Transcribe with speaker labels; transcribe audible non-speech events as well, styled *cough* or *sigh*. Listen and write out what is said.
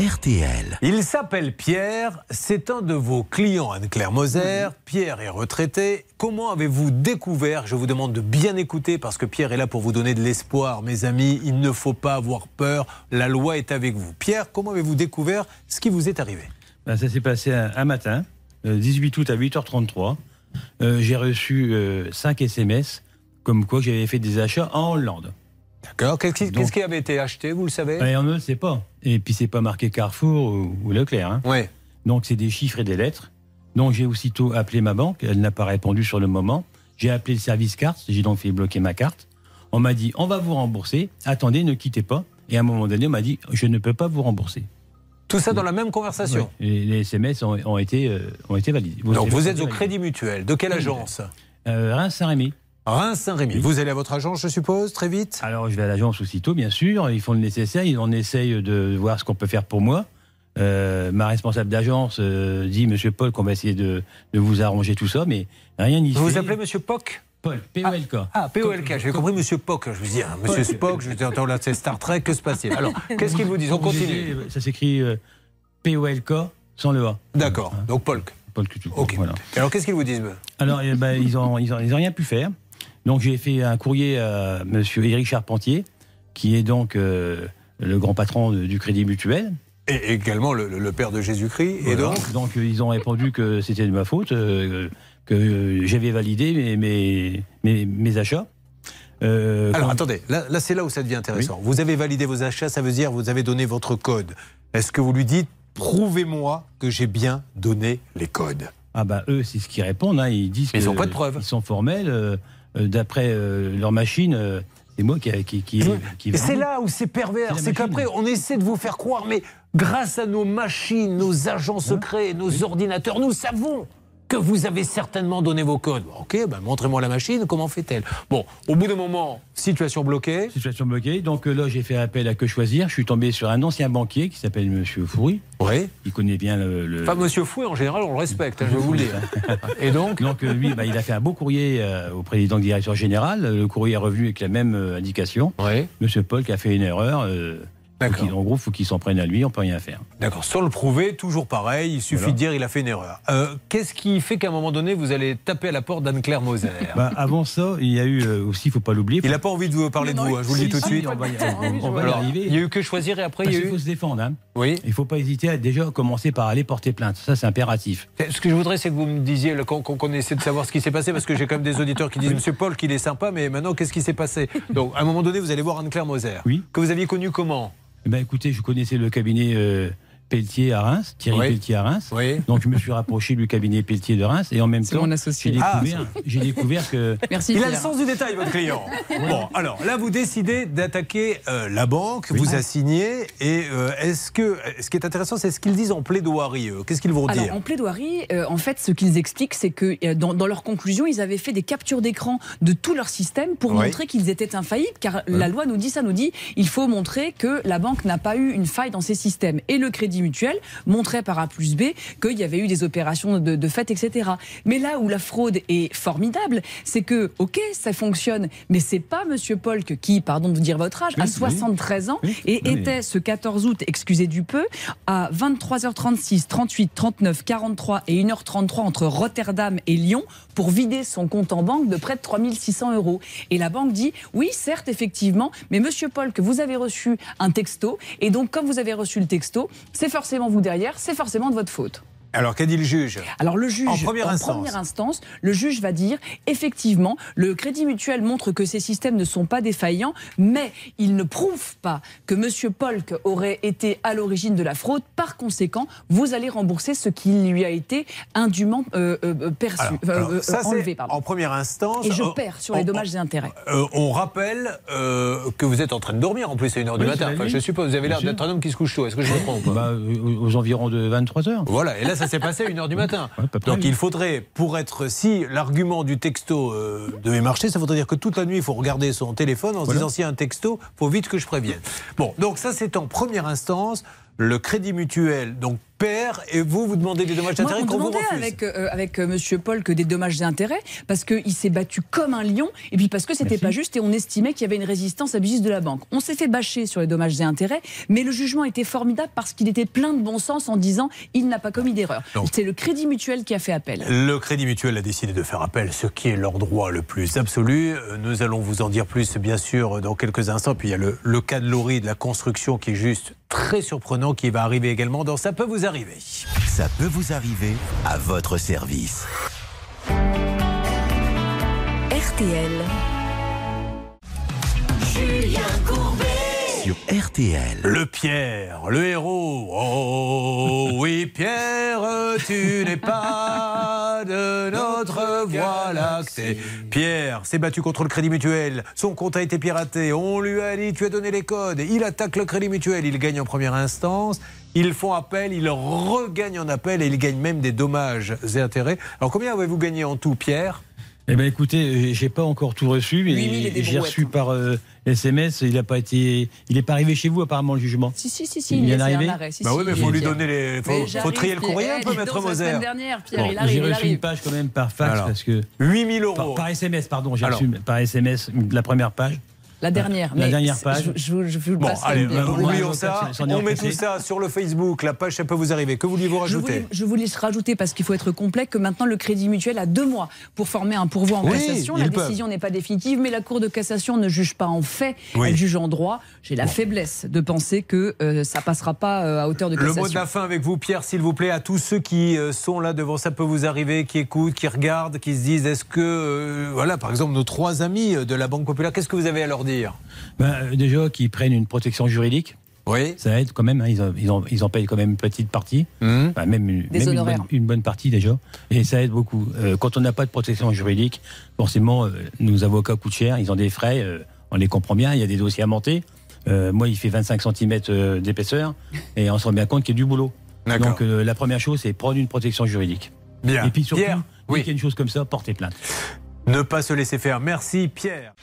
Speaker 1: RTL.
Speaker 2: Il s'appelle Pierre, c'est un de vos clients, Anne-Claire Moser. Pierre est retraité. Comment avez-vous découvert Je vous demande de bien écouter parce que Pierre est là pour vous donner de l'espoir, mes amis. Il ne faut pas avoir peur, la loi est avec vous. Pierre, comment avez-vous découvert ce qui vous est arrivé
Speaker 3: Ben, ça s'est passé un, un matin, euh, 18 août à 8h33. Euh, j'ai reçu euh, 5 SMS comme quoi j'avais fait des achats en Hollande.
Speaker 2: D'accord Qu'est-ce qui,
Speaker 3: Donc-
Speaker 2: qu'est-ce qui avait été acheté, vous le savez
Speaker 3: Et on ne le sait pas. Et puis c'est pas marqué Carrefour ou, ou Leclerc. hein.
Speaker 2: Oui.
Speaker 3: Donc c'est des chiffres et des lettres. Donc j'ai aussitôt appelé ma banque, elle n'a pas répondu sur le moment. J'ai appelé le service carte, j'ai donc fait bloquer ma carte. On m'a dit on va vous rembourser, attendez, ne quittez pas. Et à un moment donné, on m'a dit je ne peux pas vous rembourser.
Speaker 2: Tout ça dans la même conversation.
Speaker 3: Ouais. Et les SMS ont, ont été, euh, ont été validés.
Speaker 2: Donc vous êtes au
Speaker 3: validés.
Speaker 2: Crédit Mutuel. De quelle agence
Speaker 3: Euh, Reims-Saint-Rémy.
Speaker 2: Reims-Saint-Rémy. Vous allez à votre agence, je suppose, très vite
Speaker 3: Alors je vais à l'agence aussitôt, bien sûr. Ils font le nécessaire. Ils- On essaye de voir ce qu'on peut faire pour moi. Euh, ma responsable d'agence euh, dit, Monsieur Paul, qu'on va essayer de, de vous arranger tout ça, mais rien n'y
Speaker 2: Vous
Speaker 3: fait.
Speaker 2: vous appelez Monsieur Poc
Speaker 3: Paul, POLK.
Speaker 2: Ah, POLK, j'ai compris Monsieur Poc. Je vous dis, hein, Monsieur Spock, je vous dis, attends, là, c'est Star Trek, que se passe-t-il Alors, qu'est-ce qu'ils vous disent On
Speaker 3: Vous
Speaker 2: continue.
Speaker 3: écrivez- Ça s'écrit euh, POLK sans le A.
Speaker 2: D'accord, donc Polk.
Speaker 3: Paul Couture.
Speaker 2: Ok.
Speaker 3: Voilà.
Speaker 2: Alors, qu'est-ce qu'ils vous disent eux
Speaker 3: Alors, eh ben, ils n'ont ils ont, ils ont rien pu faire. Donc, j'ai fait un courrier à monsieur Éric Charpentier, qui est donc euh, le grand patron de- du Crédit Mutuel.
Speaker 2: Et également le, le- le Père de Jésus-Christ. Et
Speaker 3: Voilà.
Speaker 2: donc
Speaker 3: Donc, euh, ils ont répondu que c'était de ma faute, euh, que euh, j'avais validé mes, mes, mes, mes achats. Euh,
Speaker 2: Alors,
Speaker 3: quand-
Speaker 2: attendez, là, là, c'est là où ça devient intéressant. Vous avez validé vos achats, ça veut dire vous avez donné votre code. Est-ce que vous lui dites, prouvez-moi que j'ai bien donné les codes
Speaker 3: Ah bah eux, c'est ce qu'ils répondent. hein. Ils disent
Speaker 2: Mais ils
Speaker 3: que-
Speaker 2: ont pas de preuves.
Speaker 3: Ils sont formels. euh, euh, D'après euh, leur machine, euh, c'est moi qui qui, qui, qui
Speaker 2: Et C'est là où c'est
Speaker 3: C'est
Speaker 2: pervers,
Speaker 3: la
Speaker 2: c'est
Speaker 3: machine.
Speaker 2: qu'après on essaie de vous faire croire, mais grâce à nos machines, nos agents secrets, nos ordinateurs, nous savons que vous avez certainement donné vos codes. Bon, ok, ben montrez-moi la machine, comment fait-elle Bon, au bout d'un moment, situation bloquée.
Speaker 3: Situation bloquée. Donc euh, là, j'ai fait appel à que choisir. Je suis tombé sur un ancien banquier qui s'appelle Monsieur Fourry.
Speaker 2: Oui.
Speaker 3: Il connaît bien le. le-
Speaker 2: Enfin, Monsieur Fouet, en général, on le respecte, hein, je vais vous le *laughs* dire. Et donc,
Speaker 3: Donc euh, lui, bah, il a fait un beau courrier euh, au président du directeur général. Le courrier est revenu avec la même euh, indication.
Speaker 2: oui,
Speaker 3: Monsieur Paul qui a fait une erreur. euh, faut
Speaker 2: D'accord.
Speaker 3: qu'il- En gros, faut qu'il s'en prenne à lui. On peut rien faire.
Speaker 2: d'accord. Sans le prouver, toujours pareil, il suffit
Speaker 3: Voilà.
Speaker 2: de dire il a fait une erreur. Euh, Qu'est-ce qui fait qu'à un moment donné, vous allez taper à la porte d'Anne-Claire Moser
Speaker 3: Bah, avant ça, il y a eu euh, aussi, faut pas l'oublier.
Speaker 2: *laughs* Il n'a pas envie de vous parler de vous, hein, je vous le dis
Speaker 3: Si,
Speaker 2: tout de
Speaker 3: si,
Speaker 2: suite.
Speaker 3: On
Speaker 2: *laughs*
Speaker 3: va y, on- on va y
Speaker 2: Alors,
Speaker 3: arriver.
Speaker 2: il y a eu que choisir et après il
Speaker 3: Parce
Speaker 2: y a
Speaker 3: qu'il
Speaker 2: eu.
Speaker 3: faut se défendre. hein.
Speaker 2: Oui.
Speaker 3: Il ne faut pas hésiter à déjà commencer par aller porter plainte. Ça, c'est impératif.
Speaker 2: Ce que je voudrais, c'est que vous me disiez, là, qu'on qu'on- qu'on essaie de savoir ce qui s'est passé, parce que j'ai quand même des auditeurs qui disent, Monsieur Paul, qu'il est sympa, mais maintenant, qu'est-ce qui s'est passé Donc, à un moment donné, vous allez voir Anne-Claire Moser,
Speaker 3: Oui.
Speaker 2: que vous aviez connu comment
Speaker 3: Eh Ben, écoutez, je connaissais le cabinet euh, Pelletier à Reims, Thierry
Speaker 2: Oui.
Speaker 3: Pelletier à Reims.
Speaker 2: Oui.
Speaker 3: Donc, je me suis rapproché du cabinet Pelletier de Reims. Et en même
Speaker 4: C'est
Speaker 3: temps,
Speaker 4: mon
Speaker 3: j'ai
Speaker 4: associé.
Speaker 2: Ah,
Speaker 3: découvert, j'ai découvert que.
Speaker 4: Merci.
Speaker 2: Il a
Speaker 4: Pierre.
Speaker 2: le sens du détail, votre client. Bon, alors là, vous décidez d'attaquer euh, la banque, vous assignez, et euh, est-ce que. Ce qui est intéressant, c'est ce qu'ils disent en plaidoirie, eux. Qu'est-ce qu'ils vont
Speaker 4: Alors,
Speaker 2: dire
Speaker 4: en plaidoirie, euh, en fait, ce qu'ils expliquent, c'est que euh, dans, dans leur conclusion, ils avaient fait des captures d'écran de tout leur système pour
Speaker 2: Oui.
Speaker 4: montrer qu'ils étaient infaillibles, car
Speaker 3: Hum.
Speaker 4: la loi nous dit ça, nous dit il faut montrer que la banque n'a pas eu une faille dans ses systèmes. Et le Crédit Mutuel montrait par A plus B qu'il y avait eu des opérations de, de fait, etc. Mais là où la fraude est formidable, c'est que, ok, ça fonctionne, mais c'est pas Monsieur Polk qui, pardon de vous dire votre âge,
Speaker 3: Oui,
Speaker 4: a
Speaker 3: oui.
Speaker 4: 73 ans
Speaker 3: Oui.
Speaker 4: et
Speaker 3: Non, mais-
Speaker 4: était ce 14 août, excusez du peu, à 23h36, 38, 39, 43 et 1h33 entre Rotterdam et Lyon pour vider son compte en banque de près de 3600 euros. Et la banque dit oui, certes, effectivement, mais monsieur Paul, que vous avez reçu un texto, et donc comme vous avez reçu le texto, c'est forcément vous derrière, c'est forcément de votre faute.
Speaker 2: Alors, qu'a dit le juge
Speaker 4: Alors le juge,
Speaker 2: En première instance.
Speaker 4: première instance, le juge va dire effectivement, le Crédit Mutuel montre que ces systèmes ne sont pas défaillants, mais il ne prouve pas que Monsieur Polk aurait été à l'origine de la fraude. Par conséquent, vous allez rembourser ce qui lui a été indûment euh, euh, perçu,
Speaker 2: Alors,
Speaker 4: euh,
Speaker 2: alors,
Speaker 4: euh,
Speaker 2: ça,
Speaker 4: enlevé.
Speaker 2: c'est
Speaker 4: pardon.
Speaker 2: en première instance.
Speaker 4: Et je
Speaker 2: euh,
Speaker 4: perds sur les
Speaker 2: en-
Speaker 4: dommages et intérêts.
Speaker 2: Euh, on rappelle euh, que vous êtes en train de dormir en plus c'est une heure du
Speaker 3: Oui,
Speaker 2: matin.
Speaker 3: c'est la
Speaker 2: Enfin,
Speaker 3: nuit.
Speaker 2: je suppose, vous avez
Speaker 3: Bien
Speaker 2: l'air
Speaker 3: sûr.
Speaker 2: d'être un homme qui se couche tôt. Est-ce que je me trompe
Speaker 3: Bah, euh, aux, aux environs de 23 heures.
Speaker 2: Voilà, et là ça s'est passé à une heure du matin.
Speaker 3: *laughs* Ouais, pas
Speaker 2: Donc
Speaker 3: mal.
Speaker 2: il faudrait, pour être si l'argument du texto euh, devait marcher, ça voudrait dire que toute la nuit il faut regarder son téléphone en se
Speaker 3: Voilà.
Speaker 2: disant s'il y a un texto, faut vite que je prévienne. Bon, donc ça c'est en première instance. Le crédit mutuel donc perd et vous, vous demandez des dommages
Speaker 4: Moi,
Speaker 2: d'intérêt
Speaker 4: on
Speaker 2: qu'on vous
Speaker 4: demandait
Speaker 2: refuse.
Speaker 4: avec, euh, avec euh, Monsieur Paul que des dommages et intérêts parce qu'il s'est battu comme un lion et puis parce que c'était
Speaker 3: Merci.
Speaker 4: pas juste et on estimait qu'il y avait une résistance abusive de la banque. On s'est fait bâcher sur les dommages et intérêts, mais le jugement était formidable parce qu'il était plein de bon sens en disant il n'a pas commis d'erreur.
Speaker 2: Donc-
Speaker 4: C'est le Crédit Mutuel qui a fait appel.
Speaker 3: Euh,
Speaker 2: Le Crédit Mutuel a décidé de faire appel, ce qui est leur droit le plus absolu. Euh, Nous allons vous en dire plus, bien sûr, dans quelques instants. Puis il y a le, le cas de Laurie de la construction qui est juste très surprenant, qui va arriver également dans Ça peut vous arriver.
Speaker 1: Ça peut vous arriver à votre service.
Speaker 5: RTL.
Speaker 1: Sur RTL.
Speaker 2: Le Pierre, le héros. Oh oui, Pierre, tu n'es pas de notre voie lactée. Pierre s'est battu contre le Crédit Mutuel. Son compte a été piraté. On lui a dit tu as donné les codes. Il attaque le Crédit Mutuel. Il gagne en première instance. Ils font appel, ils regagnent en appel et ils gagnent même des dommages et intérêts. Alors combien avez-vous gagné en tout, Pierre
Speaker 3: Eh ben écoutez, euh, j'ai pas encore tout reçu.
Speaker 4: Huit mille et
Speaker 3: et
Speaker 4: des
Speaker 3: J'ai reçu
Speaker 4: brouettes.
Speaker 3: par euh, SMS. Il a pas été, il est pas arrivé chez vous apparemment le jugement.
Speaker 4: Si, si, si, si,
Speaker 3: Il vient
Speaker 4: c'est
Speaker 3: d'arriver
Speaker 4: un arrêt. Si,
Speaker 2: Bah
Speaker 4: si,
Speaker 2: oui, mais
Speaker 4: il
Speaker 2: faut
Speaker 4: est
Speaker 2: lui
Speaker 4: bien.
Speaker 2: donner les. Faut,
Speaker 4: Mais
Speaker 2: faut
Speaker 4: j'arriez,
Speaker 2: trier le courrier
Speaker 4: Pierre,
Speaker 2: un peu,
Speaker 4: dis
Speaker 2: maître
Speaker 4: donc, la semaine
Speaker 2: Moser.
Speaker 4: dernière, Pierre,
Speaker 2: Bon,
Speaker 4: il
Speaker 3: J'ai
Speaker 4: arrive, il
Speaker 3: reçu
Speaker 4: arrive. Oh.
Speaker 3: une page quand même par fax
Speaker 2: Alors.
Speaker 3: parce que
Speaker 2: 8000
Speaker 3: par,
Speaker 2: euros.
Speaker 3: par SMS pardon. J'ai
Speaker 2: Alors.
Speaker 3: reçu par SMS la première page.
Speaker 4: La dernière.
Speaker 3: La
Speaker 4: mais
Speaker 3: dernière
Speaker 4: c'est-
Speaker 3: page.
Speaker 4: Je, je- je vous le
Speaker 2: Bon,
Speaker 4: passe
Speaker 2: allez,
Speaker 4: comme-
Speaker 3: euh,
Speaker 4: comme-
Speaker 3: on oublie-
Speaker 2: oublions Bah, ça.
Speaker 3: s'en est
Speaker 2: On met tout
Speaker 3: empressé.
Speaker 2: ça sur le Facebook. La page, ça peut vous arriver. Que vouliez-vous
Speaker 4: Je
Speaker 2: rajouter
Speaker 4: voulais, je voulais se rajouter parce qu'il faut être complet que maintenant le Crédit Mutuel a deux mois pour former un pourvoi en
Speaker 2: Oui,
Speaker 4: cassation. La
Speaker 2: ils peuvent.
Speaker 4: décision n'est pas définitive, mais la Cour de cassation ne juge pas en fait,
Speaker 2: Oui.
Speaker 4: elle juge en droit. J'ai la faiblesse de penser que euh, ça passera pas euh, à hauteur de
Speaker 2: Le
Speaker 4: cassation.
Speaker 2: mot de la fin avec vous, Pierre, s'il vous plaît, à tous ceux qui euh, sont là devant, ça peut vous arriver, qui écoutent, qui regardent, qui se disent, est-ce que, euh, voilà, par exemple, nos trois amis euh, de la Banque Populaire, qu'est-ce que vous avez à leur dire
Speaker 3: Ben, euh, déjà qu'ils prennent une protection juridique.
Speaker 2: Oui.
Speaker 3: Ça aide quand même, hein, ils, en, ils en- ils en payent quand même une petite partie,
Speaker 2: Mmh.
Speaker 3: Enfin, même, une,
Speaker 4: Des
Speaker 3: même une,
Speaker 4: honoraires.
Speaker 3: bonne, une bonne partie déjà, et ça aide beaucoup. Euh, quand on n'a pas de protection juridique, forcément, euh, nos avocats coûtent cher, ils ont des frais, euh, on les comprend bien, il y a des dossiers à monter. Euh, moi, il fait 25 cm d'épaisseur, et on se rend bien compte qu'il y a du boulot.
Speaker 2: D'accord.
Speaker 3: Donc euh, la première chose, c'est prendre une protection juridique.
Speaker 2: Bien.
Speaker 3: Et puis surtout,
Speaker 2: Pierre,
Speaker 3: dès
Speaker 2: oui.
Speaker 3: qu'il y a une chose comme ça, porter plainte.
Speaker 2: ne pas se laisser faire. Merci, Pierre.